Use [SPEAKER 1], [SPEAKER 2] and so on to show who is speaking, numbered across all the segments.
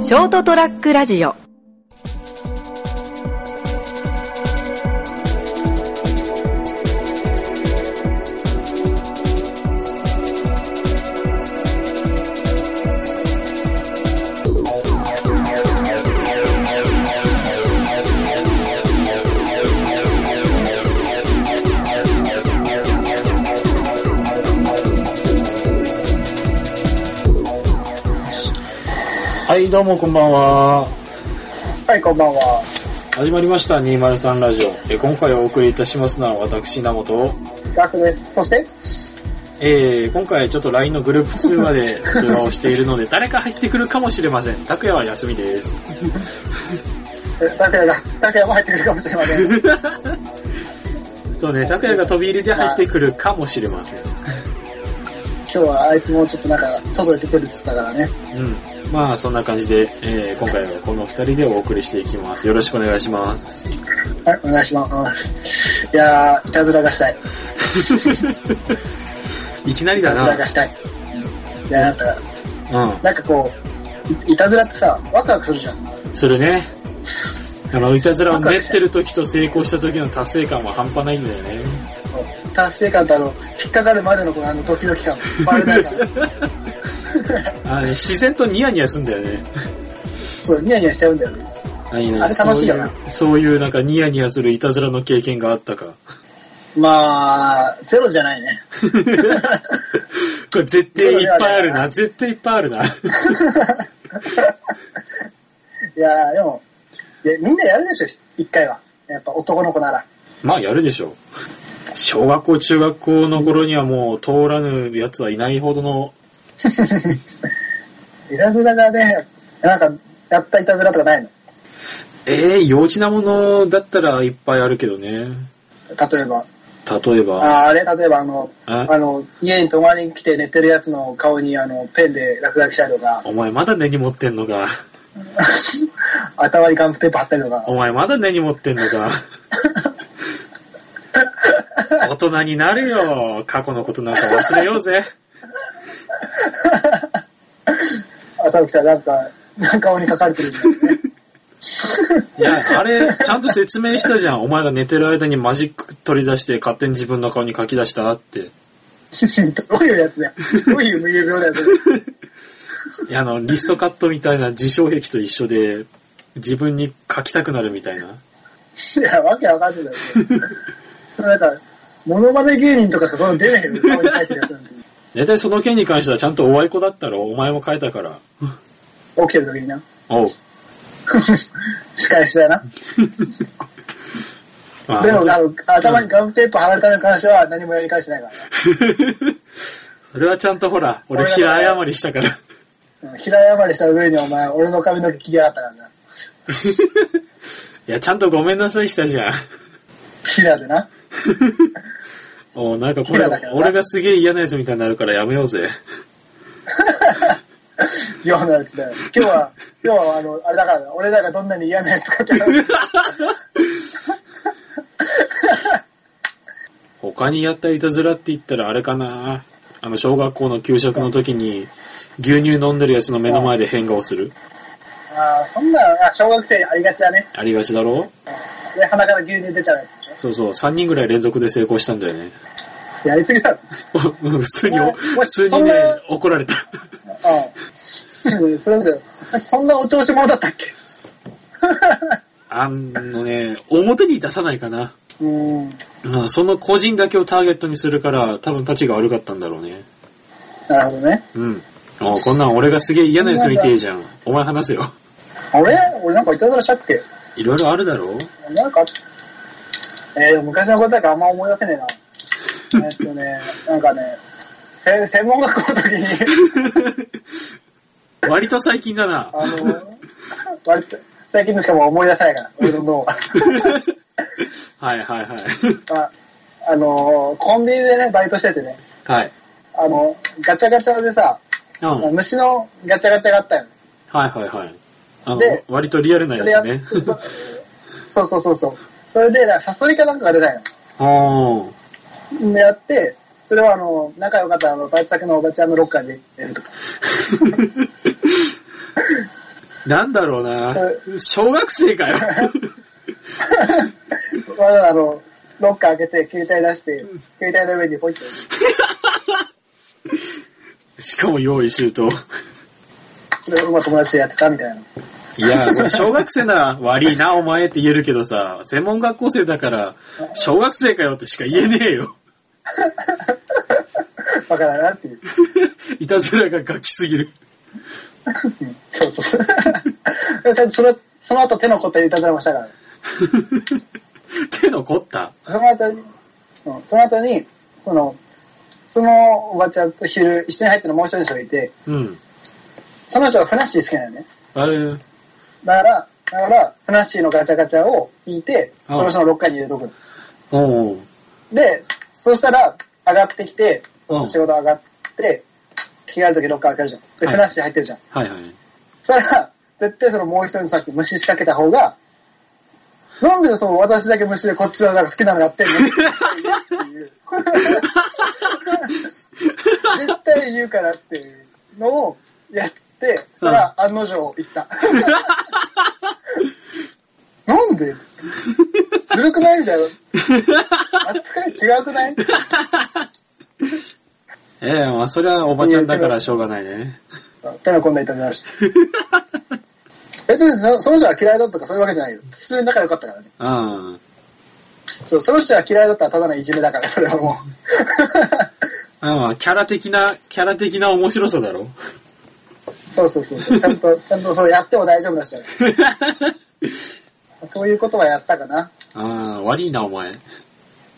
[SPEAKER 1] ショートトラックラジオ
[SPEAKER 2] はい、どうもこんばんは。
[SPEAKER 3] はい、こんばんは。
[SPEAKER 2] 始まりました、203ラジオ。えー今回お送りいたしますのは私、名本。
[SPEAKER 3] ガクです。そして、
[SPEAKER 2] えー、今回ちょっと LINE のグループ通話で 通話をしているので、誰か入ってくるかもしれません。拓也は休みです。
[SPEAKER 3] え拓也が、拓也も入ってくるかもしれませ ん。
[SPEAKER 2] そうね、拓也が飛び入りで入ってくるかもしれません。
[SPEAKER 3] 今日はあいつもちょっとなんか、外へ出てるっつったからね。
[SPEAKER 2] うん。まあ、そんな感じで、えー、今回はこの二人でお送りしていきます。よろしくお願いします。
[SPEAKER 3] はい、お願いします。いやー、いたずらがしたい。い
[SPEAKER 2] いきなりだ
[SPEAKER 3] たずら
[SPEAKER 2] な
[SPEAKER 3] が。したい。うんいや、なんか、
[SPEAKER 2] う
[SPEAKER 3] なんかこう、いいたずらってさ、ワクワクするじゃん。
[SPEAKER 2] ん。するね。あの、いたずらを練ってる時と成功した時の達成感は半端ないんだよね。
[SPEAKER 3] 達成感とあの、引っかかるまでのこのあの、ドキドキ感、バレな いから。
[SPEAKER 2] あの自然とニヤニヤすんだよね。
[SPEAKER 3] そう、ニヤニヤしちゃうんだよね。
[SPEAKER 2] 何
[SPEAKER 3] あれ楽しいよな
[SPEAKER 2] そういう、そういうなんかニヤニヤするいたずらの経験があったか。
[SPEAKER 3] まあ、ゼロじゃないね。
[SPEAKER 2] これ絶対いっぱいあるな。絶対いっぱいあるな。
[SPEAKER 3] いやー、でも、いやみんなやるでしょ、一回は。やっぱ男の子なら。
[SPEAKER 2] まあやるでしょう。小学校、中学校の頃にはもう通らぬ奴はいないほどの、
[SPEAKER 3] いたずらがね、なんか、やったいたずらとかないの
[SPEAKER 2] ええ幼稚なものだったらいっぱいあるけどね。
[SPEAKER 3] 例えば。
[SPEAKER 2] 例えば、
[SPEAKER 3] ああれ、例えばあの、
[SPEAKER 2] え
[SPEAKER 3] あの、家に泊まりに来て寝てるやつの顔にあの、ペンで落書きしたりとか、
[SPEAKER 2] お前まだ根に持ってんのか。
[SPEAKER 3] 頭にガムテープ貼ったりとか、
[SPEAKER 2] お前まだ根に持ってんの か。大人になるよ。過去のことなんか忘れようぜ。
[SPEAKER 3] 朝起きたらなんか、なんか顔に書かれてるんだよ ね。
[SPEAKER 2] いや、あれ、ちゃんと説明したじゃん。お前が寝てる間にマジック取り出して勝手に自分の顔に書き出したって。
[SPEAKER 3] どういうやつだよ。どういう無遊病だよ、それ。
[SPEAKER 2] いや、あの、リストカットみたいな自称癖と一緒で、自分に書きたくなるみたいな。
[SPEAKER 3] いや、わけわかんないだよ。それなんか、モノマネ芸人とかしかそんなの出ないよ、顔に書いてるやつなんて。
[SPEAKER 2] 大体その件に関してはちゃんとおあいこだったろ。お前も書いたから。
[SPEAKER 3] 起きてる時にな。
[SPEAKER 2] おう。
[SPEAKER 3] 仕返しだな。
[SPEAKER 2] まあ
[SPEAKER 3] でも、あの、頭にガムテープ貼られたのに関しては何もやり返してないから。
[SPEAKER 2] それはちゃんとほら、俺平謝りしたから。
[SPEAKER 3] うん平謝りした上にお前、俺の髪の毛切りやがったからな。
[SPEAKER 2] いや、ちゃんとごめんなさいしたじゃん。
[SPEAKER 3] 平でな。
[SPEAKER 2] おうなんかこれ
[SPEAKER 3] 平だけ、どな
[SPEAKER 2] 俺がすげえ嫌なやつみたいになるからやめようぜ。
[SPEAKER 3] ようなやつだよ。今日は、今日はあの、あれだからな、俺らがどんなに嫌なやつかって。
[SPEAKER 2] 他にやったいたずらって言ったらあれかなあの、小学校の給食の時に、牛乳飲んでるやつの目の前で変顔する。
[SPEAKER 3] ああ、そんな、あ小学生ありがちだね。
[SPEAKER 2] ありがちだろ
[SPEAKER 3] で、鼻から牛乳出ちゃうやつでし
[SPEAKER 2] そうそう、3人ぐらい連続で成功したんだよね。
[SPEAKER 3] ょ。やりすぎだろ。
[SPEAKER 2] 普通に、
[SPEAKER 3] お前
[SPEAKER 2] 普通に
[SPEAKER 3] そん
[SPEAKER 2] ね
[SPEAKER 3] な、
[SPEAKER 2] 怒られた。
[SPEAKER 3] うん。それだよ。私そんなお調子者だったっけ
[SPEAKER 2] あのね、表に出さないかな。
[SPEAKER 3] うーん。
[SPEAKER 2] うんその個人だけをターゲットにするから、多分立ちが悪かったんだろうね。
[SPEAKER 3] なるほどね。
[SPEAKER 2] うん。おこんなん俺がすげえ嫌なやつみてえじゃん。お前話せよ。
[SPEAKER 3] あれ俺なんかいたずらしたっけ
[SPEAKER 2] いろいろあるだ ろ
[SPEAKER 3] なんかあった、えー、でも昔のことだからあんま思い出せねえ な。えっとね、なんかね、せ専門学校の時に、
[SPEAKER 2] 割と最近だな。
[SPEAKER 3] あの、割と、最近のしかも思い出せないから、俺の脳 が。
[SPEAKER 2] はいはいはい。
[SPEAKER 3] まあ、あの、コンビニでね、バイトしててね、
[SPEAKER 2] はい。
[SPEAKER 3] あの、ガチャガチャでさ、
[SPEAKER 2] うん。はい
[SPEAKER 3] 虫のガチャガチャがあったよね。
[SPEAKER 2] はいはい。あの
[SPEAKER 3] で、
[SPEAKER 2] 割とリアルな
[SPEAKER 3] それや
[SPEAKER 2] や
[SPEAKER 3] っ
[SPEAKER 2] つね。
[SPEAKER 3] そそうそうそうそう。それで、なんかサソリかなんかが出たよ。
[SPEAKER 2] おー。
[SPEAKER 3] で、やって、それをあの、仲良かったあの、バイト先のおばちゃんのロッカーに入れるとか。
[SPEAKER 2] なんだ ろうな
[SPEAKER 3] それ。
[SPEAKER 2] 小学生かよ。
[SPEAKER 3] わざあの、ロッカー開けて、携帯出して、携帯の上にポイって置いて
[SPEAKER 2] しかも用意周到。
[SPEAKER 3] それをまあ友達でやってたみたいな。
[SPEAKER 2] いや、これ小学生なら悪いなお前って言えるけどさ、専門学校生だから、小学生かよってしか言えねえよ。
[SPEAKER 3] バカだなっていう。
[SPEAKER 2] いたずらがガキすぎる。
[SPEAKER 3] そうそうそう。だ ってそれその後手のことでいたずらもしたから。
[SPEAKER 2] 手の凝った。
[SPEAKER 3] その後に、うん、その後に、その、そのおばちゃんと昼、一緒に入ってるもう一人の人がいて、
[SPEAKER 2] うん。
[SPEAKER 3] その人がふなっしー好きなのね。
[SPEAKER 2] あれ、
[SPEAKER 3] だから、だから、ふなっしーのガチャガチャを引いて、
[SPEAKER 2] うん
[SPEAKER 3] その人のロッカーに入れとくの。
[SPEAKER 2] おう
[SPEAKER 3] で、そそしたら、上がってきて、
[SPEAKER 2] おう。うん。
[SPEAKER 3] 仕事上がって、着替えるときロッカー開けるじゃん。で、
[SPEAKER 2] はい
[SPEAKER 3] ふなっしー入ってるじゃん。
[SPEAKER 2] はいはい。
[SPEAKER 3] そしたら、絶対そのもう一人のさっき虫仕掛けた方が、なんでその私だけ虫でこっちはなんか好きなのやってんのっていう。絶対言うからっていうのをやって、そしたら案の定言った。なんでずるくないみたいな。扱い違うくない
[SPEAKER 2] ええまあそれはおばちゃんだからしょうがないね。
[SPEAKER 3] 手の込んだいたずらして。別にそその人は嫌いだったとかそういうわけじゃないよ。普通に仲良かったからね。
[SPEAKER 2] うん。
[SPEAKER 3] そう、その人が嫌いだったらただのいじめだから、それはも
[SPEAKER 2] あまあ、キャラ的な、キャラ的な面白さだろ。
[SPEAKER 3] う。 そうそうそうそう。ちゃんと、ちゃんとそうやっても大丈夫だし、そういうことはやったかな。
[SPEAKER 2] ああ、悪いな、お前。
[SPEAKER 3] い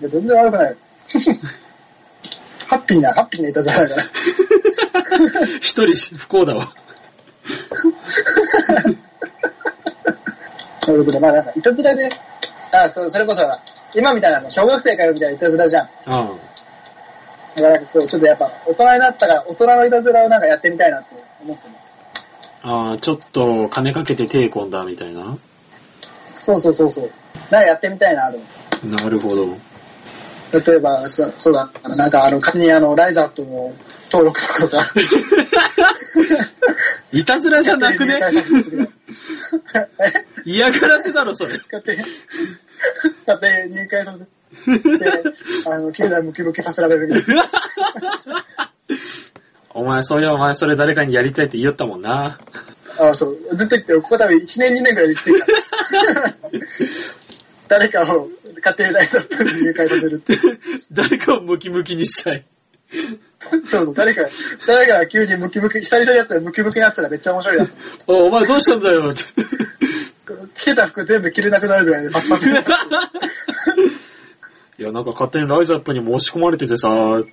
[SPEAKER 3] や全然悪くないよ。 ハッピーな、ハッピーないたずらだから。
[SPEAKER 2] 一人し不幸だわ。
[SPEAKER 3] そういうことで、まあなんか、いたずらで、あ、そう、それこそほら、今みたいなの、小学生からみたいないたずらじゃん。
[SPEAKER 2] うん。
[SPEAKER 3] だからなんかこう、ちょっとやっぱ、大人になったから、大人のいたずらをなんかやってみたいなって思ってる。
[SPEAKER 2] ああ、ちょっと金かけて手込んだみたいな。
[SPEAKER 3] そうそうそうそう。なんかやってみたいな、と思って。
[SPEAKER 2] なるほど。
[SPEAKER 3] 例えば、そそうだ、あのなんかあの、勝手にあの、ライザップを登録するとか。
[SPEAKER 2] いたずらじゃなく ね
[SPEAKER 3] え
[SPEAKER 2] 嫌がらせだろ、それ。
[SPEAKER 3] 勝手に、勝手に入会させて、あの、経済ムキムキさせられるみたいな。
[SPEAKER 2] お前、そういや、お前、それ誰かにやりたいって言いよったもんな。
[SPEAKER 3] あそう、ずっと言ってる。ここ多分1年2年くらいで言ってるから。誰かを勝手にライトアップに入会させるって。
[SPEAKER 2] 誰かをムキムキにしたい。
[SPEAKER 3] そうそう、誰か、誰かが急にムキムキ、久々にやったらムキムキになったらめっちゃ面白いなと。
[SPEAKER 2] おお前どうしたんだよって。
[SPEAKER 3] 着てた服全部着れなくなるぐらいでパツパツ。
[SPEAKER 2] いや、なんか勝手にライズアップに申し込まれててさーって。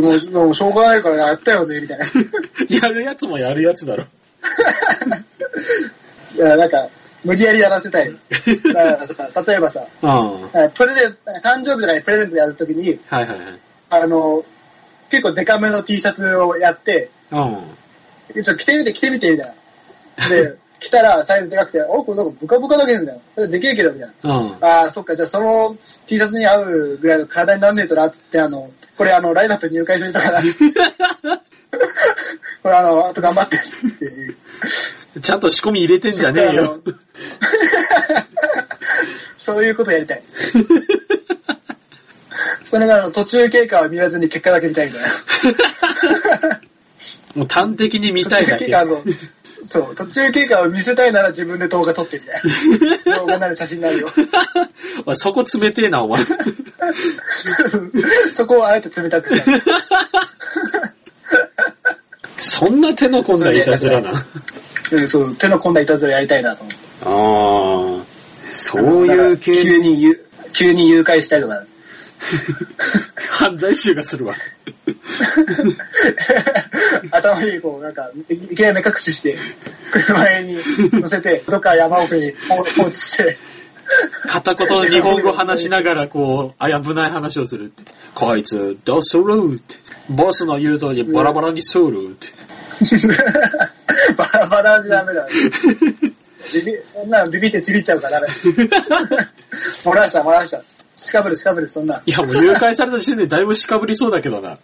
[SPEAKER 3] もう、もうしょうがないからやったよね、みたいな。
[SPEAKER 2] やるやつもやるやつだろ。
[SPEAKER 3] いや、なんか、無理やりやらせたい。だからさ、例えばさ、
[SPEAKER 2] うん。はい
[SPEAKER 3] プレゼント、なんか誕生日とかにプレゼントでやるときに、
[SPEAKER 2] はいはい。
[SPEAKER 3] あの、結構デカめの T シャツをやって、
[SPEAKER 2] うん。
[SPEAKER 3] ちょっと着てみて着てみてみたいな。で、着たらサイズでかくて、お、これなんかブカブカだけどみたいな。それでけえけどみたいな。
[SPEAKER 2] うん。
[SPEAKER 3] ああ、そっか、じゃあその T シャツに合うぐらいの体になんねえとな、つって、あの、これあの、ライザップ入会しといたから。これあの、あと頑張ってっていう。
[SPEAKER 2] ちゃんと仕込み入れてんじゃねえよ。
[SPEAKER 3] そういうことや りたい。それがあの途中経過は見らずに結果だけ見たいみたいな。
[SPEAKER 2] もう端的に見
[SPEAKER 3] 途
[SPEAKER 2] たい
[SPEAKER 3] 中
[SPEAKER 2] だ
[SPEAKER 3] 経
[SPEAKER 2] け。
[SPEAKER 3] 過あの、そう、途中経過を見せたいなら自分で動画撮ってみた いな。動画になる写真になるよ。
[SPEAKER 2] おいそこ冷てえな、お前。
[SPEAKER 3] そこをあえて冷たくしたい。
[SPEAKER 2] そんな手の込んだいたずら な。あ
[SPEAKER 3] うんそう、手の込んだいたずらやりたいなと思って。
[SPEAKER 2] あー。そういう
[SPEAKER 3] だから急
[SPEAKER 2] 系の
[SPEAKER 3] にゆ、急に誘拐したりとか。
[SPEAKER 2] 犯罪集がするわ。
[SPEAKER 3] 頭にこう、なんか、いいきなり目隠しして、車に乗せて、どっか山奥に放放置して、
[SPEAKER 2] 片言の日本語話しながら、こう、危ない話をするって。こいつ、どうするって。ボスの言う通りバラバラにするって。
[SPEAKER 3] バラバラじゃダメだ。ビビそんなんビビってちびっちゃうから、ダメ。 漏らした、漏らした。しかぶる、しかぶる、そんなん。
[SPEAKER 2] いや、もう誘拐された時点でだいぶしかぶりそうだけどな。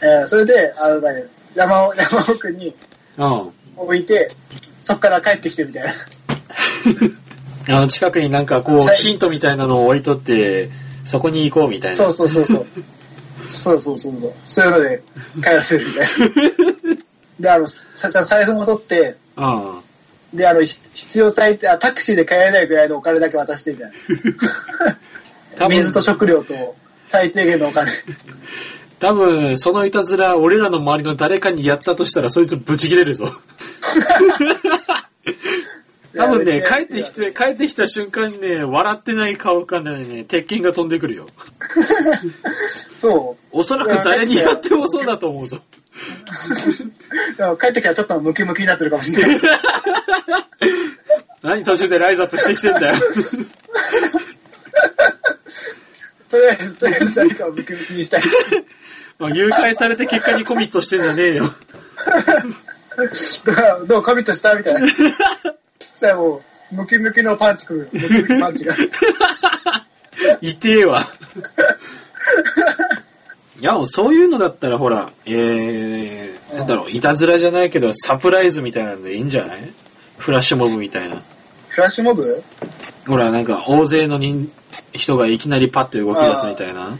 [SPEAKER 3] えーそれで、あの、だね山を、山奥に、
[SPEAKER 2] うん。
[SPEAKER 3] 置いて、そっから帰ってきてみたいな。
[SPEAKER 2] あの、近くになんかこう、ヒントみたいなのを置いとって、そこに行こうみたい
[SPEAKER 3] そ
[SPEAKER 2] な
[SPEAKER 3] う。そうそうそう。そうそうそうそう。そういうので帰らせるみたいな。で、あの、ささ財布も取って、
[SPEAKER 2] うん。
[SPEAKER 3] で、あの、ひ必要最低、あ、タクシーで帰れないぐらいのお金だけ渡してみたい
[SPEAKER 2] 多
[SPEAKER 3] な。
[SPEAKER 2] 分
[SPEAKER 3] 水と食料と最低限のお金。
[SPEAKER 2] 多分、そのいたずら、俺らの周りの誰かにやったとしたら、そいつブチ切れるぞ。多分
[SPEAKER 3] い
[SPEAKER 2] ね、
[SPEAKER 3] や
[SPEAKER 2] 帰ってき。て、帰ってきた瞬間にね、笑ってない顔かね、鉄拳が飛んでくるよ。
[SPEAKER 3] そう。
[SPEAKER 2] おそらく誰にやってもそうだと思うぞ。
[SPEAKER 3] でも帰ってきたらちょっとムキムキになってるかもしれない。
[SPEAKER 2] 何途中でライズアップしてきてん だよ。
[SPEAKER 3] とりあえず、とりあえず誰かをムキムキにしたい。
[SPEAKER 2] まあ誘拐されて結果にコミットしてんじゃねえよ。
[SPEAKER 3] だからどうコミットしたみたいな。そしたらもう、ムキムキのパンチ来る。ムキムキパンチが。
[SPEAKER 2] いてえわ。いや、もうそういうのだったらほら、えー、なんだろう、いたずらじゃないけど、サプライズみたいなのでいいんじゃないフラッシュモブみたいな。
[SPEAKER 3] フラッシュモブ
[SPEAKER 2] ほら、なんか、大勢の人人がいきなりパッて動き出すみたいな。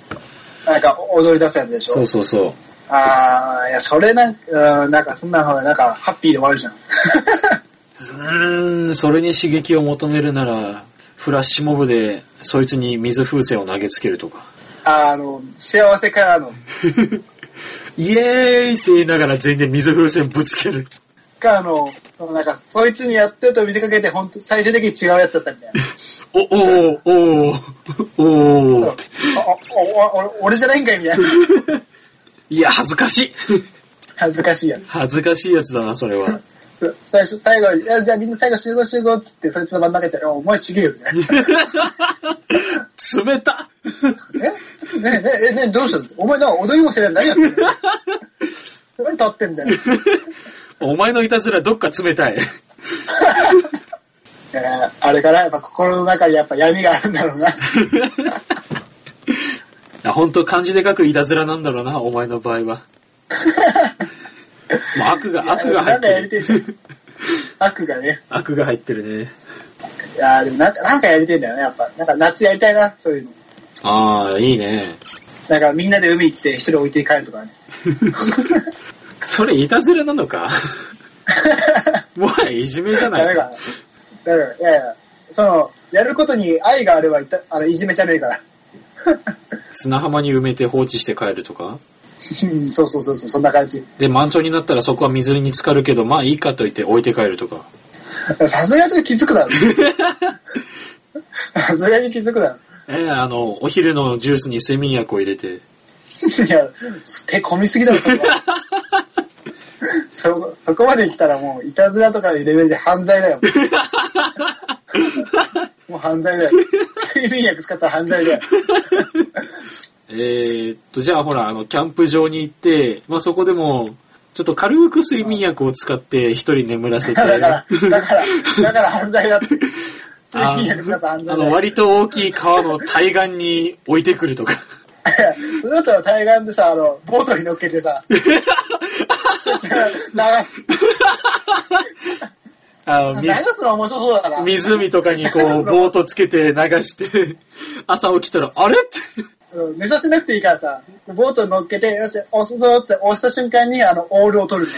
[SPEAKER 3] なんか踊り出すやつでしょ
[SPEAKER 2] そうそうそう。
[SPEAKER 3] ああ、いや、それなんか、うん、なんかそんな方がなんかハッピーで終わるじゃん。
[SPEAKER 2] うーん、それに刺激を求めるなら、フラッシュモブで、そいつに水風船を投げつけるとか。
[SPEAKER 3] あの、幸せからの、
[SPEAKER 2] イエーイって言いながら全員で水風船ぶつける。
[SPEAKER 3] か、あの、そのなんか、そいつにやってると見せかけて、本当最終的に違うやつだったみたいな。
[SPEAKER 2] お、おー、おー、おー。
[SPEAKER 3] おおおお俺じゃないんかいみたいな。
[SPEAKER 2] いや、恥ずかしい。
[SPEAKER 3] 恥ずかしいやつ。
[SPEAKER 2] 恥ずかしいやつだな、それは。
[SPEAKER 3] 最初、最後に、いやじゃあみんな最後集合集合っつって、そいつの真ん中にいたら、お前ちげえよ、みたいな。
[SPEAKER 2] 冷た
[SPEAKER 3] えねえ、ねえ、ねえ、どうしたのお前なんか踊りもしてない何やってんの何立ってんだよ。
[SPEAKER 2] お前のいたずらどっか冷たい。
[SPEAKER 3] だからあれから、やっぱ心の中にやっぱ闇があるんだろうな。
[SPEAKER 2] いや、本当漢字で書くいたずらなんだろうな、お前の場合は。もう悪が、悪が入
[SPEAKER 3] な
[SPEAKER 2] っ
[SPEAKER 3] んかや
[SPEAKER 2] て
[SPEAKER 3] りてえ
[SPEAKER 2] る。
[SPEAKER 3] じゃん。 悪がね。
[SPEAKER 2] 悪が入ってるね。
[SPEAKER 3] いやーでもなんか、なんかやりてえんだよね、やっぱ。なんか夏やりたいな、そういうの。
[SPEAKER 2] ああ、いいね。
[SPEAKER 3] なんかみんなで海行って一人置いて帰るとかね。
[SPEAKER 2] それいたずらなのかもはやいじめじゃ
[SPEAKER 3] ダ
[SPEAKER 2] な
[SPEAKER 3] メ
[SPEAKER 2] い
[SPEAKER 3] か
[SPEAKER 2] か。
[SPEAKER 3] な。だから、いやいや、その、やることに愛があればいた、あの、いじめじゃねえから。
[SPEAKER 2] 砂浜に埋めて放置して帰るとか。
[SPEAKER 3] うんそうそうそうそう、そんな感じ。
[SPEAKER 2] で、満潮になったらそこは水に浸かるけど、まあいいかと言って置いて帰るとか。
[SPEAKER 3] さすがにそれ気づくだろ。 さすがに気づくだろ。
[SPEAKER 2] ええあの、お昼のジュースに睡眠薬を入れて。
[SPEAKER 3] いや、手込みすぎだろ、そ こはそそこまで来たらもう、いたずらとかのレベルで犯罪 だよ。もう犯罪だよ。睡眠薬使ったら犯 罪だよ。
[SPEAKER 2] えーっと、じゃあほら、あの、キャンプ場に行って、まあそこでも、ちょっと軽く睡眠薬を使って一人眠ら せて。
[SPEAKER 3] だから、だから、だから犯罪だって。睡眠薬使ったら
[SPEAKER 2] あ
[SPEAKER 3] 犯罪だ
[SPEAKER 2] の、
[SPEAKER 3] よ。
[SPEAKER 2] 割と大きい川の対岸に置いてくるとか。
[SPEAKER 3] それだったら対岸でさ、あの、ボートに乗っけ てさ、流す。
[SPEAKER 2] あの、
[SPEAKER 3] 流
[SPEAKER 2] 水、
[SPEAKER 3] すのは面白そうだな。
[SPEAKER 2] 湖とかにこう、ボートつけて流して、朝起きたら、あれって。
[SPEAKER 3] うん寝させなくていいからさ、ボートに乗っけて、よし、押すぞって押した瞬間に、あの、オールを取るん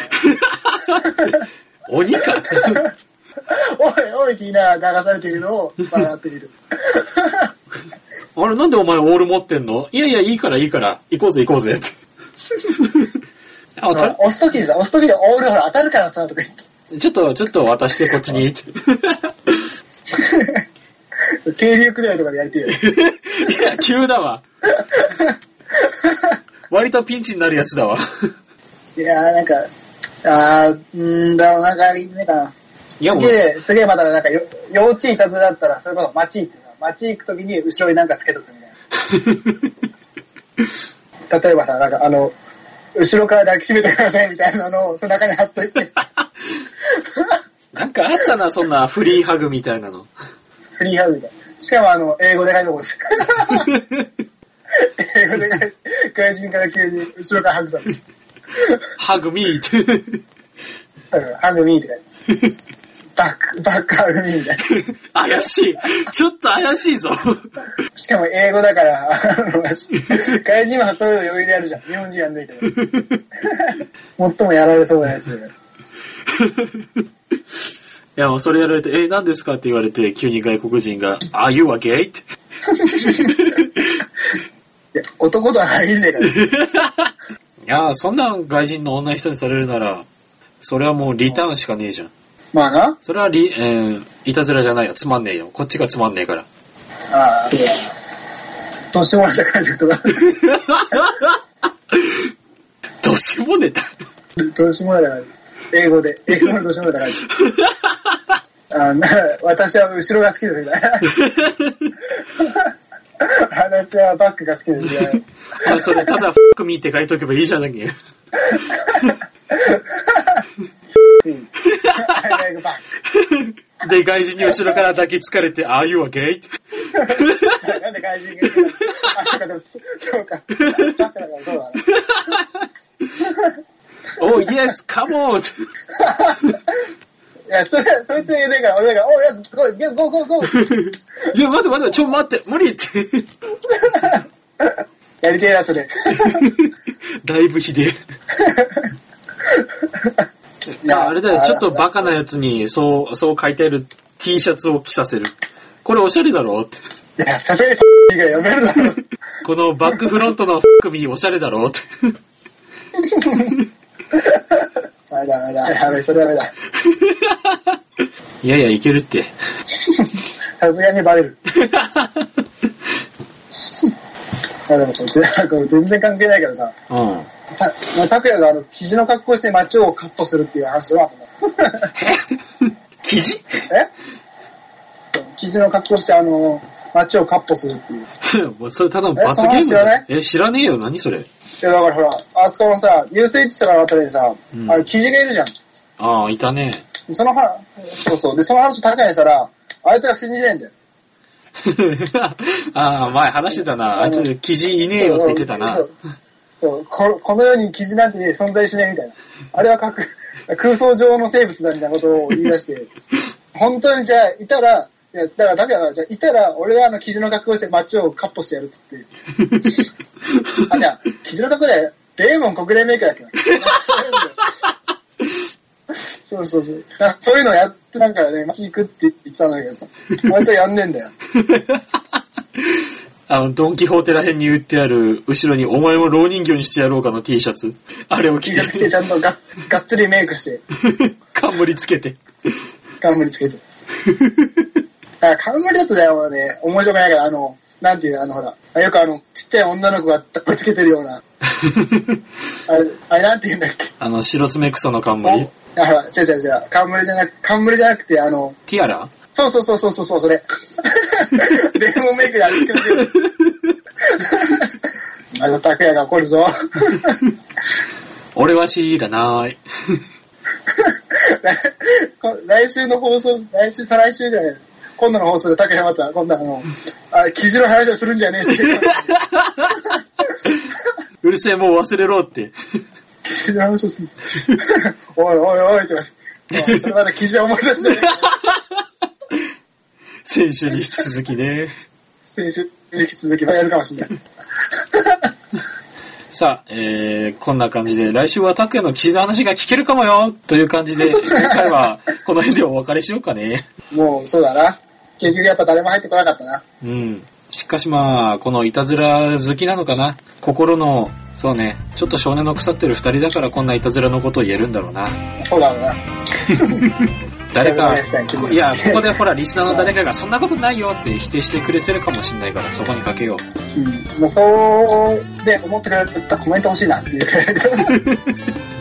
[SPEAKER 3] だよ。
[SPEAKER 2] 鬼か。
[SPEAKER 3] おいおいって言いながら流されているのを笑ってみる。
[SPEAKER 2] あれ、なんでお前オール持ってんのいやいや、いいからいいから、行こうぜ行こう ぜって。 あ
[SPEAKER 3] うん
[SPEAKER 2] た
[SPEAKER 3] 押すときにさ、押すときにオールほら当たるからさ、とか言っ
[SPEAKER 2] ちょっと、ちょっと渡してこっち にって。
[SPEAKER 3] て、停留くらいとかでやりてえよ。
[SPEAKER 2] いや、急だわ。割とピンチになるやつだわ。
[SPEAKER 3] いやーなんか、あー、うーんだろう、なんか、いいねえかな。
[SPEAKER 2] いや、
[SPEAKER 3] す
[SPEAKER 2] も
[SPEAKER 3] げ
[SPEAKER 2] う、
[SPEAKER 3] え、すげえまだなんかよ、幼稚園いたずらだったら、それこそ街行ってさ、街行くときに後ろになんかつけとくみたいな。例えばさ、なんかあの、後ろから抱きしめてくださいみたいなのを背中に貼っとい て、
[SPEAKER 2] なんかあったな、そんなフリーハグみたいなの。
[SPEAKER 3] フリーハグみたいな。しかもあの、英語で書いておこう です。英語で書いて、外人から急に後ろからハグされて。
[SPEAKER 2] ハグミーって。
[SPEAKER 3] うん、ハグミーとか言うバック、バックハグミーみたいな。
[SPEAKER 2] 怪しい。ちょっと怪しいぞ。
[SPEAKER 3] しかも英語だから、あの外人はそういうの余裕でやるじゃん。日本人やんないけど。最もやられそうなやつ。
[SPEAKER 2] いや、もうそれやられて、え、何ですかって言われて、急に外国人が、Are you a gay? って。
[SPEAKER 3] いや男とは入んねえから。
[SPEAKER 2] いやー、そんなん外人の女の人にされるなら、それはもうリターンしかねえじゃん。
[SPEAKER 3] まあな。
[SPEAKER 2] それはリ、えー、いたずらじゃないよ。つまんねえよ。こっちがつまんねえから。
[SPEAKER 3] ああ、そうだ。年もらった感じとか。
[SPEAKER 2] どうしようもねえだ。
[SPEAKER 3] 年もらった感じ。英語で。英語の年もらった感じ。あな私は後ろが好きですみたいな。 私はバックが好きですみたいな。
[SPEAKER 2] あ、それただ、フックミーって書いとけばいいじゃなきゃ。
[SPEAKER 3] I like back.
[SPEAKER 2] で、外人に後ろから抱きつかれて、Are you a gay? って
[SPEAKER 3] なんで外人が言うのあ、そうか、でも、そうか。バックだからそうだな。
[SPEAKER 2] Oh, yes, come on!
[SPEAKER 3] いや、それ、そいつが言うてるから、俺が、おい、や、ゴー、いやゴー、ゴー、ゴー。
[SPEAKER 2] いや、待って待って、ちょ、待って、無理って。
[SPEAKER 3] やりてえな、それ。
[SPEAKER 2] だいぶひでえ。いや、あれだよ、ちょっとバカなやつに、そう、そう書いてある T シャツを着させる。これおしゃれだろって。
[SPEAKER 3] いや、さすがに、いいからやめるだろ。
[SPEAKER 2] このバックフロントのフックミーおしゃれだろって。
[SPEAKER 3] ダメだ、ダメだ。やべ、それダメだ。
[SPEAKER 2] いやいや、いけるって。
[SPEAKER 3] さすがにバレる。まあでもそう、これ全然関係ないけどさ、
[SPEAKER 2] うん。
[SPEAKER 3] た、まあ、拓也があの、肘の格好して街をカットするっていう話は、
[SPEAKER 2] 生地
[SPEAKER 3] え肘の格好して、あの、街をカッポするっていう。い
[SPEAKER 2] もうそれただの罰ゲームじ
[SPEAKER 3] えそんなの知らな
[SPEAKER 2] ゃ
[SPEAKER 3] い
[SPEAKER 2] ん。え、知らねえよ、何それ。
[SPEAKER 3] や、だからほら、あそこのさ、遊水地とかのあたりにさ、
[SPEAKER 2] うん
[SPEAKER 3] あの、キジがいるじゃん。
[SPEAKER 2] ああ、いたね。
[SPEAKER 3] その話、そうそう。で、その話を拓也にしたら、あいつが信じねえんだよ。
[SPEAKER 2] ああ、前話してたな。あいつ、生地いねえよって言ってたな
[SPEAKER 3] そ。うそうこ。この世にキジなんてね存在しないみたいな。あれは架空空想上の生物だみたいなことを言い 出して、本当にじゃあ、いたら、いや、だから、だから、じゃあ、いたら、俺があの、キジの格好をして街をカッポしてやるっつって。あ、じゃあ、キジの格好で、デーモン国連メーカーだっけな。 そうそうそう。なそういうのやって、なんかね、街行くって言ってたんだけどさ、あいつはやんねえんだよ。
[SPEAKER 2] あの、ドンキホーテら辺に売ってある、後ろにお前も老人形にしてやろうかの T シャツ。あれを着
[SPEAKER 3] じゃなくて、
[SPEAKER 2] て、
[SPEAKER 3] ちゃんとががっつりメイクして。
[SPEAKER 2] 冠つけて。
[SPEAKER 3] 冠つけて。あ、冠だとだよ、ね、面白くないから、あの、なんていうの、あの、ほら、よくあの、ちっちゃい女の子がたっこつけてるような、あれ、あれなんていうんだっけ。
[SPEAKER 2] あの、白爪クソの冠
[SPEAKER 3] あ。、ほら、違う違う違う、冠じゃなく、冠じゃなくて、あの、
[SPEAKER 2] ティアラ
[SPEAKER 3] そうそうそうそうそうそう、それ。レモンメイクであれつけてる。また拓也が怒るぞ。
[SPEAKER 2] 俺は知らない。
[SPEAKER 3] こ来週の放送、来週、再来週じゃない今度の放送で竹山また、今度あの、あ、記事の話をするんじゃねえって。
[SPEAKER 2] うるせえ、もう忘れろって。
[SPEAKER 3] 記事の話をする。 おいおいおいって言われて。それまだ記事は思い出してない、
[SPEAKER 2] 先週に引き続きね。
[SPEAKER 3] 先週に引き続きやるかもしれない。
[SPEAKER 2] さあ、えー、こんな感じで、来週は拓也の記事の話が聞けるかもよという感じで、今回はこの辺でお別れしようかね。
[SPEAKER 3] もう、そうだな。結局やっぱ誰も入ってこなかったな。
[SPEAKER 2] うん。しかしまあ、このいたずら好きなのかな心の、そうね、ちょっと少年の腐ってる二人だからこんないたずらのことを言えるんだろうな。
[SPEAKER 3] そうだろうな。
[SPEAKER 2] 誰か、
[SPEAKER 3] い
[SPEAKER 2] いや、ここでほら、リスナーの誰かがそんなことないよって否定してくれてるかもしんないから、そこにかけよう。
[SPEAKER 3] うん。もう、そうで思ってくれたコメント欲しいなっていうくらいで。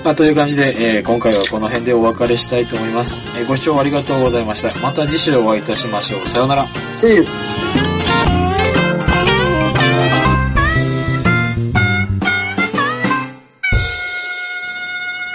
[SPEAKER 2] まあ、という感じで、えー今回はこの辺でお別れしたいと思います、えーご視聴ありがとうございました。また次週お会いいたしましょう。さようなら。
[SPEAKER 3] See you.